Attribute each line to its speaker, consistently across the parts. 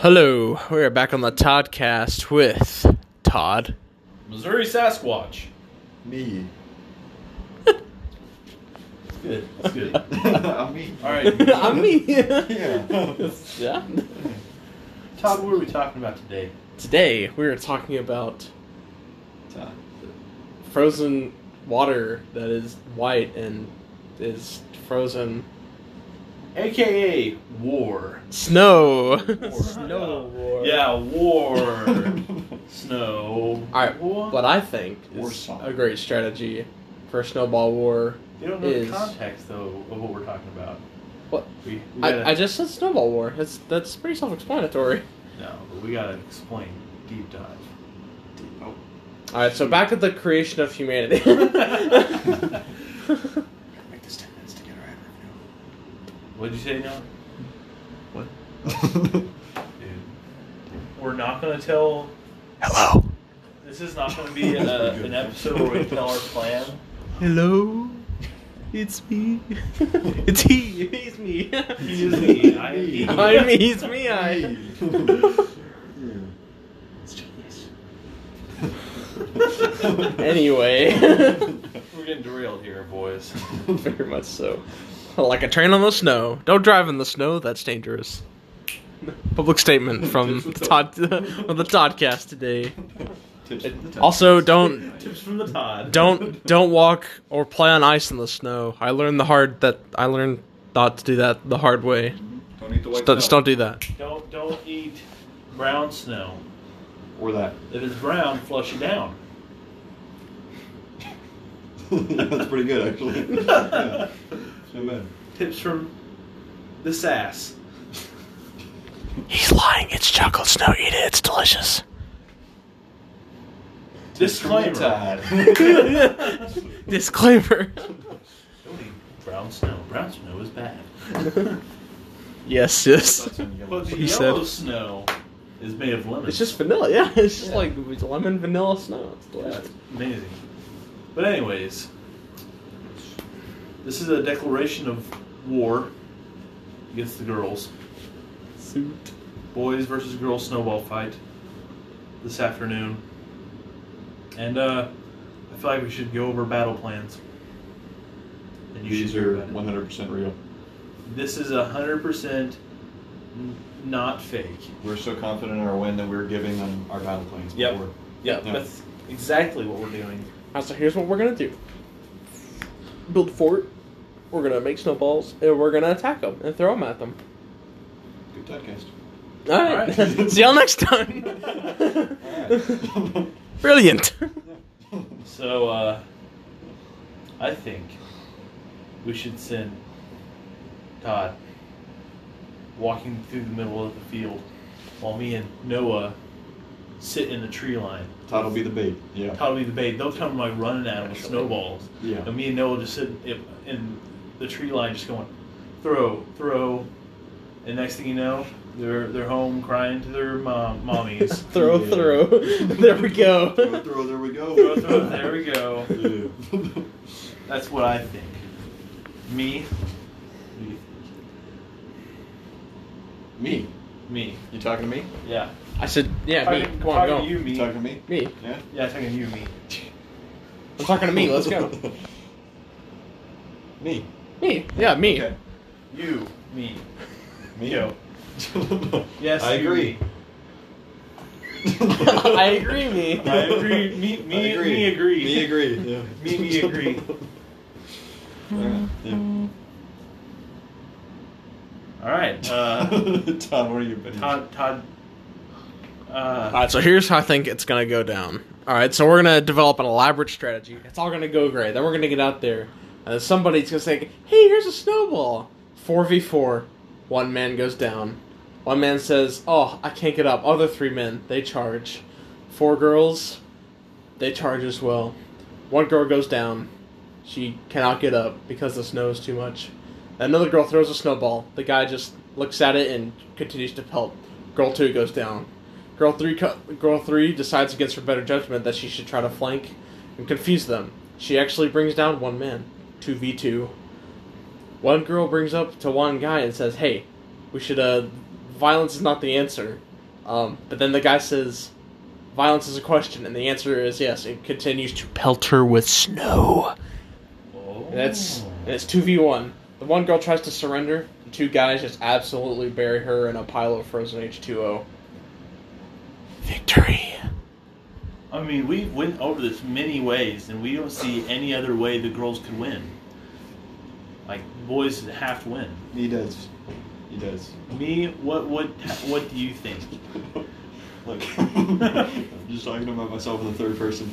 Speaker 1: Hello, we are back on the Toddcast with Todd.
Speaker 2: Missouri Sasquatch.
Speaker 3: Me.
Speaker 2: It's good. It's good.
Speaker 3: I mean,
Speaker 2: All right.
Speaker 1: I'm me.
Speaker 3: Yeah.
Speaker 1: yeah.
Speaker 2: Todd, what are we talking about today?
Speaker 1: Today we are talking about
Speaker 3: Time.
Speaker 1: frozen water that is white and is frozen
Speaker 2: AKA war.
Speaker 1: snow.
Speaker 2: Snow war. Yeah, war. Snow.
Speaker 1: All right,
Speaker 2: War.
Speaker 1: what I think
Speaker 3: War
Speaker 1: is
Speaker 3: song.
Speaker 1: a great strategy for snowball war.
Speaker 2: they don't know
Speaker 1: is-
Speaker 2: the context though of what we're talking about.
Speaker 1: What?
Speaker 2: We, we gotta,
Speaker 1: I, I just said snowball war. That's that's pretty self-explanatory.
Speaker 2: no, but we gotta explain deep dive.
Speaker 3: Oh,
Speaker 1: All right, so back to the creation of humanity.
Speaker 3: make this 10 minutes to get our ad
Speaker 2: What'd you say now?
Speaker 3: revenue.
Speaker 2: Dude, we're not gonna tell.
Speaker 1: Hello.
Speaker 2: This is not gonna be an, uh, an episode where we tell our plan.
Speaker 1: Hello, it's me. it's he. He's me.
Speaker 2: He is me. I am he.
Speaker 1: I'm me. He's me. I.
Speaker 3: Let's do this.
Speaker 1: Anyway.
Speaker 2: We're getting derailed here, boys.
Speaker 1: Very much so. Like a train on the snow. Don't drive in the snow. That's dangerous. Public statement from
Speaker 3: Tips with
Speaker 1: Todd on the Toddcast today.
Speaker 3: Tips from the top.
Speaker 1: Also, don't
Speaker 2: Tips from the Todd.
Speaker 1: don't don't walk or play on ice in the snow. I learned the hard that I learned not to do that the hard way.
Speaker 3: don't eat the white
Speaker 1: Just don't, just
Speaker 3: stuff.
Speaker 1: don't do that.
Speaker 2: Don't don't eat brown snow.
Speaker 3: Or that.
Speaker 2: If it's brown, flush it down.
Speaker 3: That's pretty good, actually. yeah. So bad.
Speaker 2: Tips from the sass.
Speaker 1: He's lying. It's chocolate snow. Eat it. It's delicious.
Speaker 2: Disclaimer. Don't
Speaker 3: Tied.
Speaker 1: Disclaimer.
Speaker 2: eat brown snow. Brown snow is bad.
Speaker 1: yes, yes.
Speaker 2: But the
Speaker 1: He said-
Speaker 2: yellow snow is made of lemon.
Speaker 1: It's just vanilla. Yeah, it's just
Speaker 2: Yeah.
Speaker 1: like with lemon vanilla snow. It's
Speaker 2: Yeah, it's
Speaker 1: delicious.
Speaker 2: amazing. But anyways, this is a declaration of war against the girls.
Speaker 1: Suit.
Speaker 2: boys versus girls snowball fight this afternoon. And uh, I feel like we should go over battle plans. And you
Speaker 3: These
Speaker 2: should hear
Speaker 3: are
Speaker 2: about it.
Speaker 3: 100% real.
Speaker 2: This is hundred percent not fake.
Speaker 3: We're so confident in our win that we're giving them our battle planes.
Speaker 2: Yep.
Speaker 3: before.
Speaker 2: Yeah,
Speaker 3: Yeah.
Speaker 2: that's exactly what we're doing.
Speaker 1: Alright, so here's what we're gonna do. Build a fort. We're gonna make snowballs, and we're gonna attack them and throw them at them.
Speaker 3: Good podcast.
Speaker 1: All right.
Speaker 2: Alright.
Speaker 1: See y'all next time. Brilliant.
Speaker 2: So uh, I think we should send Todd walking through the middle of the field while me and Noah sit in the tree line.
Speaker 3: Todd will be the bait. Yeah.
Speaker 2: Todd will be the bait. They'll come like running at him with snowballs.
Speaker 3: Yeah.
Speaker 2: And me and Noah just sit in- in the tree line, just going throw, throw. And next thing you know, they're they're home crying to their mom, mommies.
Speaker 1: throw,
Speaker 3: Yeah.
Speaker 1: throw. there we go.
Speaker 3: throw, throw, there we go.
Speaker 2: throw, throw. There we go.
Speaker 3: go.
Speaker 2: That's what I think. Me. What do you
Speaker 3: me.
Speaker 2: think? Me.
Speaker 3: You talking to me?
Speaker 2: Yeah.
Speaker 1: I said, yeah, me.
Speaker 2: Talking-
Speaker 1: Come on, go.
Speaker 2: talking to you,
Speaker 3: You
Speaker 2: me.
Speaker 3: talking to me?
Speaker 1: Me.
Speaker 3: Yeah.
Speaker 2: Yeah, talking to you, me.
Speaker 1: I'm talking to me. Let's go.
Speaker 3: me.
Speaker 1: Me. Yeah, me.
Speaker 3: Okay.
Speaker 2: You, me.
Speaker 3: Me.
Speaker 2: Yo. Yes.
Speaker 3: I
Speaker 2: you,
Speaker 3: agree.
Speaker 2: me.
Speaker 1: I agree, me.
Speaker 2: I agree. Me, me,
Speaker 3: I agree.
Speaker 2: me agree.
Speaker 3: Me agree. Yeah.
Speaker 2: Me, me agree.
Speaker 3: Alright, yeah.
Speaker 2: All right. Uh,
Speaker 3: Todd, what are your opinions?
Speaker 2: Todd. Todd.
Speaker 1: All
Speaker 2: Uh,
Speaker 1: right, so here's how I think it's gonna go down. All right, so we're gonna develop an elaborate strategy. It's all gonna go great. Then we're gonna get out there, and somebody's gonna say, "Hey, here's a snowball." Four v four. One man goes down. One man says, "Oh, I can't get up." Other three men they charge. Four girls, they charge as well. One girl goes down. She cannot get up because the snow is too much. Another girl throws a snowball. The guy just looks at it and continues to pelt. Girl two goes down. Girl three, co- girl three decides against her better judgment that she should try to flank and confuse them. She actually brings down one man, two v two. One girl brings up to one guy and says, "Hey, we should. Uh, violence is not the answer. Um, but then the guy says, "Violence is a question," and the answer is yes. It continues to pelter with snow.
Speaker 2: Oh.
Speaker 1: And that's and it's two v one. The one girl tries to surrender. The two guys just absolutely bury her in a pile of frozen H two O. Victory.
Speaker 2: I mean, we went over this many ways, and we don't see any other way the girls could win. Like boys have to win.
Speaker 3: He does. He does.
Speaker 2: Me, what, what, what do you think?
Speaker 3: Look, I'm just talking about myself in the third person.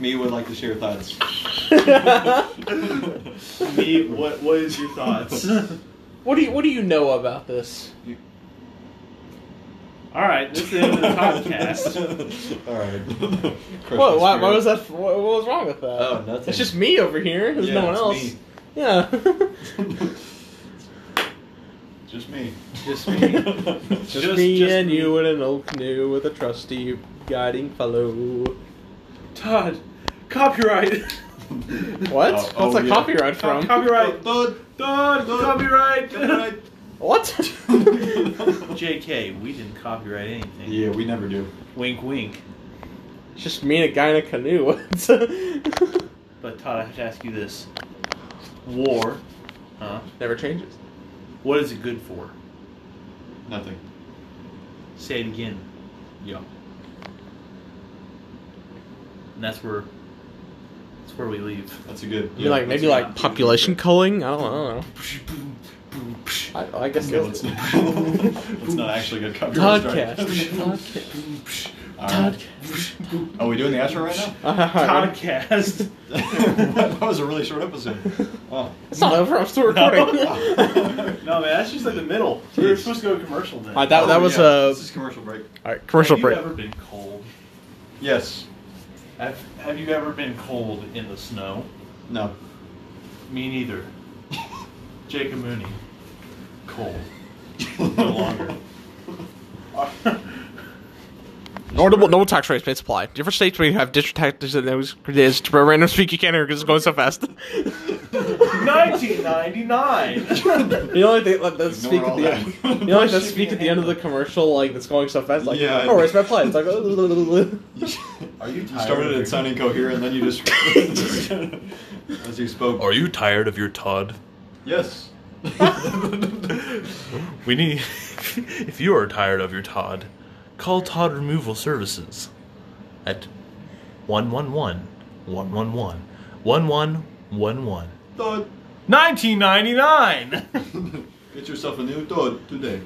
Speaker 3: Me would like to share thoughts.
Speaker 2: Me, what, what is your thoughts?
Speaker 1: What do you What do you know about this?
Speaker 2: All right, this is the end of the podcast.
Speaker 3: All right.
Speaker 1: What? Why, why was that? What, what was wrong with that?
Speaker 3: Oh, nothing.
Speaker 1: It's just me over here. There's
Speaker 3: Yeah,
Speaker 1: no one
Speaker 3: it's
Speaker 1: else.
Speaker 3: me.
Speaker 1: Yeah.
Speaker 3: just me.
Speaker 1: Just me.
Speaker 3: Just
Speaker 1: Just,
Speaker 2: Just-
Speaker 1: me
Speaker 2: just
Speaker 1: and
Speaker 2: me.
Speaker 1: you in an old canoe with a trusty guiding fellow.
Speaker 2: Todd, copyright.
Speaker 1: What?
Speaker 3: Oh,
Speaker 1: What's
Speaker 3: oh,
Speaker 1: that
Speaker 3: yeah.
Speaker 1: copyright from?
Speaker 2: copyright.
Speaker 3: Thud.
Speaker 2: Todd, copyright.
Speaker 1: what?
Speaker 2: JK, we didn't copyright anything.
Speaker 3: yeah, we never do.
Speaker 2: Wink, wink.
Speaker 1: It's just me and a guy in a canoe. What's-
Speaker 2: But Todd, I have to ask you this: War, huh?
Speaker 1: Never changes.
Speaker 2: What is it good for?
Speaker 3: Nothing.
Speaker 2: Say it again.
Speaker 3: Yeah.
Speaker 2: And that's where, that's where we leave.
Speaker 3: That's a good.
Speaker 1: You like maybe like population culling? I don't, know. I don't know. I, I guess
Speaker 3: No,
Speaker 1: that's
Speaker 3: it's not. it's not actually good copyright.
Speaker 1: podcast.
Speaker 3: All right. Are we doing the outro right now?
Speaker 1: Podcast.
Speaker 2: Podcast.
Speaker 3: that was a really short episode. Oh.
Speaker 1: it's not over. I'm still recording.
Speaker 3: No.
Speaker 2: no man, that's just like the middle. We were supposed to go to commercial then.
Speaker 1: Alright, that, that was
Speaker 3: Oh,
Speaker 1: uh,
Speaker 3: yeah.
Speaker 1: a.
Speaker 3: This is commercial break.
Speaker 1: All right, commercial
Speaker 2: have
Speaker 1: break.
Speaker 2: you ever been cold?
Speaker 3: Yes.
Speaker 2: Have, have you ever been cold in the snow?
Speaker 3: No.
Speaker 2: Me neither. Jacob Mooney. Cold.
Speaker 3: no
Speaker 2: longer.
Speaker 1: Nor do normal tax rates may apply. Different states may have different taxes and those is to random speak you can't hear because it's going so fast.
Speaker 2: 1999.
Speaker 1: You know, like they let them
Speaker 3: Ignore
Speaker 1: speak at
Speaker 3: all
Speaker 1: the
Speaker 3: that.
Speaker 1: end. You know, like they
Speaker 2: Should
Speaker 1: speak
Speaker 2: be
Speaker 1: at the end of the commercial, like that's going so fast. Like,
Speaker 3: Yeah.
Speaker 1: oh, where's my plane? It's like,
Speaker 2: Are you
Speaker 3: You
Speaker 2: tired?
Speaker 3: started
Speaker 2: of
Speaker 3: it
Speaker 2: your-
Speaker 3: sounding coherent, then you just as you spoke.
Speaker 2: Are you tired of your Todd?
Speaker 3: Yes.
Speaker 2: We need. if you are tired of your Todd, call Todd Removal Services at 111 111 1111
Speaker 3: Todd,
Speaker 2: 1999.
Speaker 3: get yourself a new Todd today.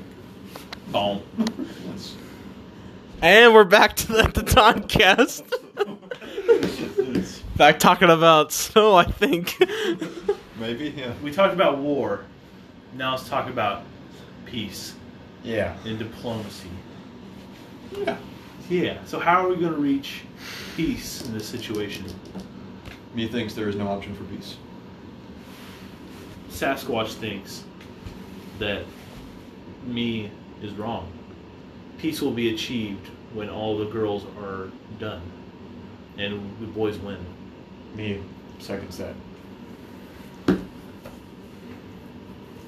Speaker 2: Boom.
Speaker 3: Yes.
Speaker 1: and we're back to the, the Toncast.
Speaker 3: Yes.
Speaker 1: back talking about snow, I think.
Speaker 3: Maybe. Yeah.
Speaker 2: We talked about war. Now let's talk about peace
Speaker 3: Yeah.
Speaker 2: and diplomacy.
Speaker 3: Yeah.
Speaker 2: Yeah. So how are we going to reach peace in this situation?
Speaker 3: Me thinks there is no option for peace.
Speaker 2: Sasquatch thinks that me is wrong. Peace will be achieved when all the girls are done and the boys win.
Speaker 3: Me seconds that.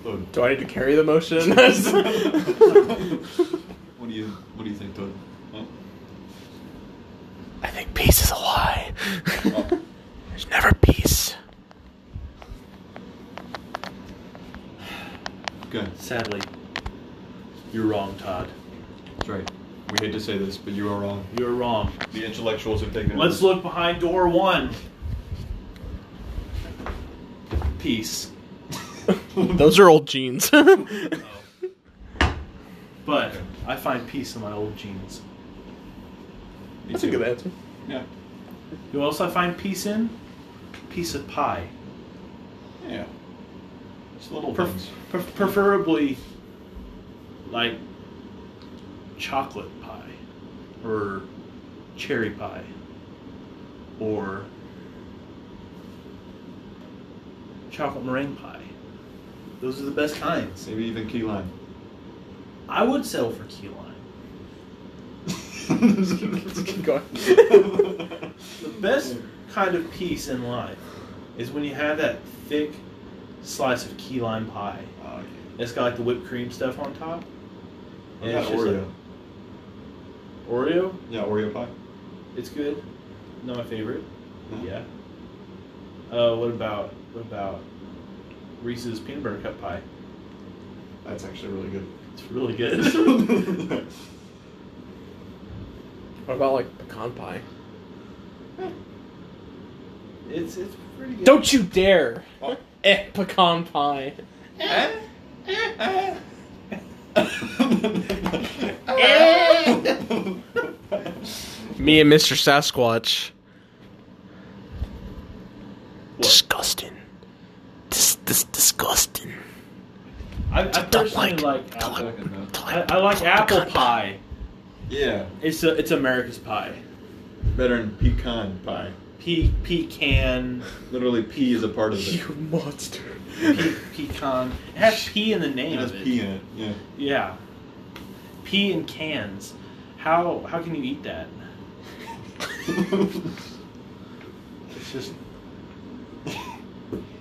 Speaker 3: Todd.
Speaker 1: Do I need to carry the motion?
Speaker 3: What do you What do you think, Todd? Huh?
Speaker 1: I think peace is a lie.
Speaker 3: Oh.
Speaker 1: There's never peace.
Speaker 3: Okay.
Speaker 2: Sadly, you're wrong, Todd.
Speaker 3: That's right. We hate to say this, but you are wrong.
Speaker 2: You're wrong.
Speaker 3: The intellectuals have taken.
Speaker 2: Let's look behind door one. Peace.
Speaker 1: Those are old jeans.
Speaker 2: But I find peace in my old jeans.
Speaker 3: Me
Speaker 1: That's a
Speaker 3: too.
Speaker 1: good answer.
Speaker 3: Yeah.
Speaker 2: You know what else I find peace in? Piece of pie.
Speaker 3: Yeah. It's little
Speaker 2: Pref-
Speaker 3: things.
Speaker 2: pref- preferably, like chocolate pie, or cherry pie, or chocolate meringue pie. Those are the best kinds.
Speaker 3: Maybe even key lime.
Speaker 2: I would settle for key lime.
Speaker 1: Keep going.
Speaker 2: The best kind of peace in life is when you have that thick slice of key lime pie.
Speaker 3: Oh, yeah.
Speaker 2: It's got like the whipped cream stuff on top.
Speaker 3: I
Speaker 2: And
Speaker 3: got
Speaker 2: it's just
Speaker 3: Oreo.
Speaker 2: Oreo,
Speaker 3: Yeah, Oreo pie.
Speaker 2: it's good. Not my favorite.
Speaker 3: No?
Speaker 2: Yeah. Uh, what about what about Reese's peanut butter cup pie?
Speaker 3: That's actually really good.
Speaker 2: It's really good.
Speaker 1: What about like pecan pie?
Speaker 2: it's it's pretty good.
Speaker 1: Don't you dare!
Speaker 3: What?
Speaker 1: Eh, pecan pie. Me and Mr. Sasquatch. Disgusting. Dis- dis- disgusting.
Speaker 2: I, I personally
Speaker 1: like-
Speaker 2: like,
Speaker 1: don't
Speaker 2: apple.
Speaker 1: like-
Speaker 2: I, I like apple pie.
Speaker 3: yeah,
Speaker 2: It's a, it's America's pie.
Speaker 3: better than pecan pie.
Speaker 2: Pe- pecan.
Speaker 3: Literally, pea is a part of it.
Speaker 1: You monster.
Speaker 2: Pe- pecan. It has P in the name
Speaker 3: It has
Speaker 2: of it.
Speaker 3: pea in it. Yeah.
Speaker 2: Yeah. Pea in cans. How how can you eat that? It's just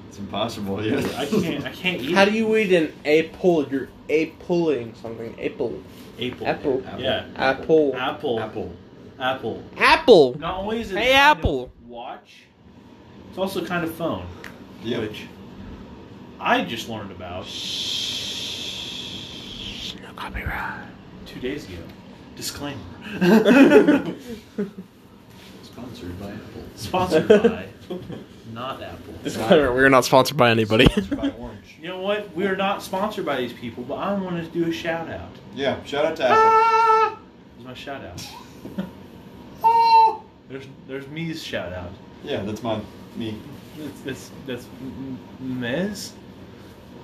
Speaker 3: it's impossible. Yeah.
Speaker 2: I can't I can't eat.
Speaker 1: How do you eat an apple? You're appling something. Apple.
Speaker 2: apple
Speaker 1: Apple.
Speaker 2: Yeah.
Speaker 1: Apple.
Speaker 2: Apple
Speaker 3: Apple.
Speaker 2: apple.
Speaker 1: Apple.
Speaker 2: Not only is it
Speaker 1: Hey,
Speaker 2: kind of
Speaker 1: Apple.
Speaker 2: watch, it's also kind of phone,
Speaker 3: Yeah.
Speaker 2: which I just learned about
Speaker 1: Shh. No copyright.
Speaker 2: two days ago. Disclaimer.
Speaker 3: Sponsored by Apple.
Speaker 2: Sponsored by not Apple.
Speaker 1: Disclaimer: We are not sponsored by anybody.
Speaker 3: Sponsored by Orange.
Speaker 2: You know what? We are not sponsored by these people, but I wanted to do a shout out.
Speaker 3: Yeah. Shout out to Apple.
Speaker 2: There's my shout out. There's there's me's shout out.
Speaker 3: Yeah, that's mine. Me.
Speaker 2: That's that's, that's M- M- Mez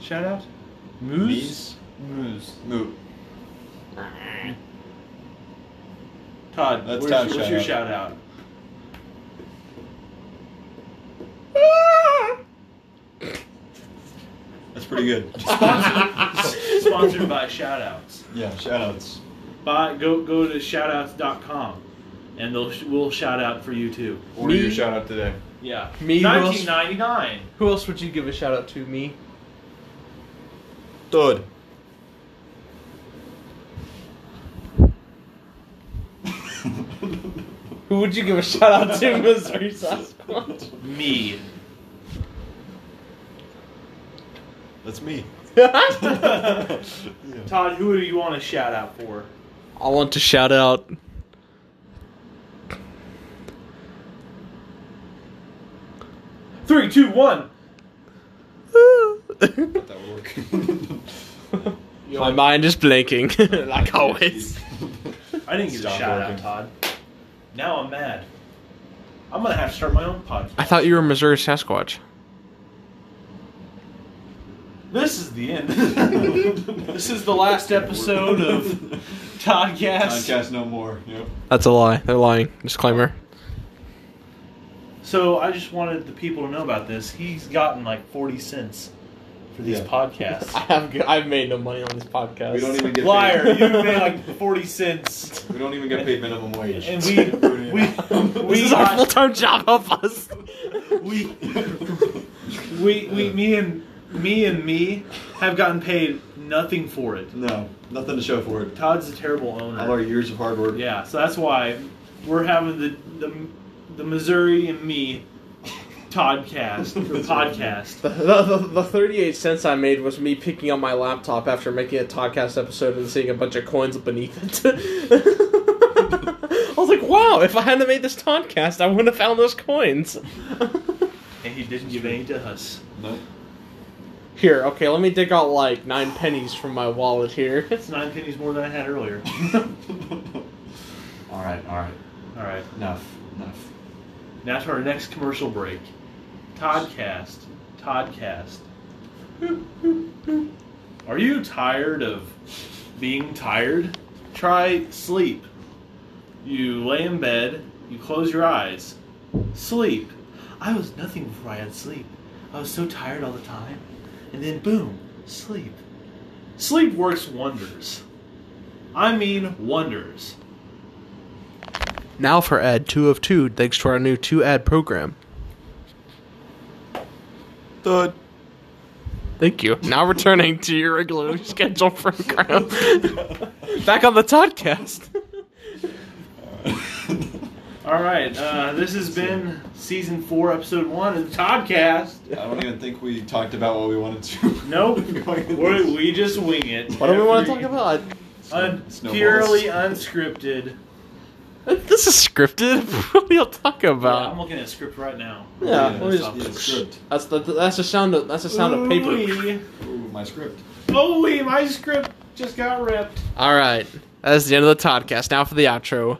Speaker 2: shout out.
Speaker 3: Me's?
Speaker 2: Moose. Moose.
Speaker 3: Moo.
Speaker 2: Todd.
Speaker 3: That's
Speaker 2: where's-
Speaker 3: Todd's
Speaker 2: what's
Speaker 3: shout
Speaker 2: your
Speaker 3: out.
Speaker 2: shout out?
Speaker 3: That's pretty good.
Speaker 2: Sponsored, sponsored by shout outs.
Speaker 3: yeah. Shout outs.
Speaker 2: Buy, go go to shoutouts.com and they'll we'll shout out for you too.
Speaker 3: Order
Speaker 1: Me?
Speaker 3: your shout out today.
Speaker 2: Yeah.
Speaker 1: Me, who else?
Speaker 2: 1999.
Speaker 1: Who else would you give a shout out to? Me.
Speaker 3: Todd.
Speaker 1: Who would you give a shout out to, Missouri Sasquatch?
Speaker 2: Me.
Speaker 3: That's me. Yeah.
Speaker 2: Todd, who do you want to shout out for?
Speaker 1: I want to shout out.
Speaker 2: Three, two, one.
Speaker 3: That would work.
Speaker 1: My mind is blanking, like always.
Speaker 2: I didn't get a
Speaker 3: Stop
Speaker 2: shout out,
Speaker 3: working.
Speaker 2: Todd. Now I'm mad. I'm gonna have to start my own podcast.
Speaker 1: I thought you were Missouri Sasquatch.
Speaker 2: This is the end. this is the last episode of Toddcast.
Speaker 3: Podcast no more. Yep.
Speaker 1: That's a lie. They're lying. Disclaimer.
Speaker 2: So I just wanted the people to know about this. He's gotten like forty cents for these
Speaker 3: Yeah.
Speaker 1: I
Speaker 2: podcasts.
Speaker 1: have I've made no money on this podcast.
Speaker 3: We don't even get
Speaker 2: Liar!
Speaker 3: Paid.
Speaker 2: You made like forty cents,
Speaker 3: We don't even get paid minimum wage.
Speaker 2: and we we
Speaker 1: This
Speaker 2: we
Speaker 1: is our full
Speaker 2: got,
Speaker 1: time job. Help us.
Speaker 2: we we we me and me and me have gotten paid nothing for it.
Speaker 3: no, nothing to show for it.
Speaker 2: Todd's a terrible owner.
Speaker 3: All our years of hard work.
Speaker 2: Yeah, so that's why we're having the the, the Missouri and me Toddcast or podcast.
Speaker 1: The, the, the 38 cents I made was me picking up my laptop after making a podcast episode and seeing a bunch of coins beneath it. I was like, wow, if I hadn't made this podcast, I wouldn't have found those coins.
Speaker 2: And he didn't give any to us.
Speaker 3: No.
Speaker 1: Here, okay, let me dig out like nine pennies from my wallet here.
Speaker 2: It's nine pennies more than I had earlier.
Speaker 3: all right. All right.
Speaker 2: All right,
Speaker 3: Enough. Enough.
Speaker 2: now to our next commercial break. Toddcast, Toddcast. Are you tired of being tired? Try sleep. You lay in bed, you close your eyes, sleep. I was nothing before I had sleep. I was so tired all the time. And then boom, sleep. Sleep works wonders. I mean wonders.
Speaker 1: Now for ad two of two, thanks to our new two ad program.
Speaker 3: Thud.
Speaker 1: Thank you. Now returning to your regular schedule program. Back on the podcast.
Speaker 2: All right, uh, this has been season four, episode one of the Toddcast.
Speaker 3: I don't even think we talked about what we wanted to.
Speaker 2: Nope,
Speaker 3: Going in
Speaker 2: We're,
Speaker 3: this.
Speaker 2: we just wing it.
Speaker 1: What do we want to talk
Speaker 2: Every-
Speaker 1: about?
Speaker 2: Un-
Speaker 3: Snowballs.
Speaker 2: purely unscripted.
Speaker 1: This is scripted. what are you talking
Speaker 2: Yeah, I'm
Speaker 1: about?
Speaker 2: looking at script right now.
Speaker 1: Yeah,
Speaker 3: yeah,
Speaker 1: let me just-
Speaker 3: yeah, script.
Speaker 1: That's the that's the sound of that's the sound of paper.
Speaker 2: Ooh-wee.
Speaker 3: Ooh, my script.
Speaker 2: Ooh-wee, my script just got ripped.
Speaker 1: All right, that's the end of the podcast. Now for the outro.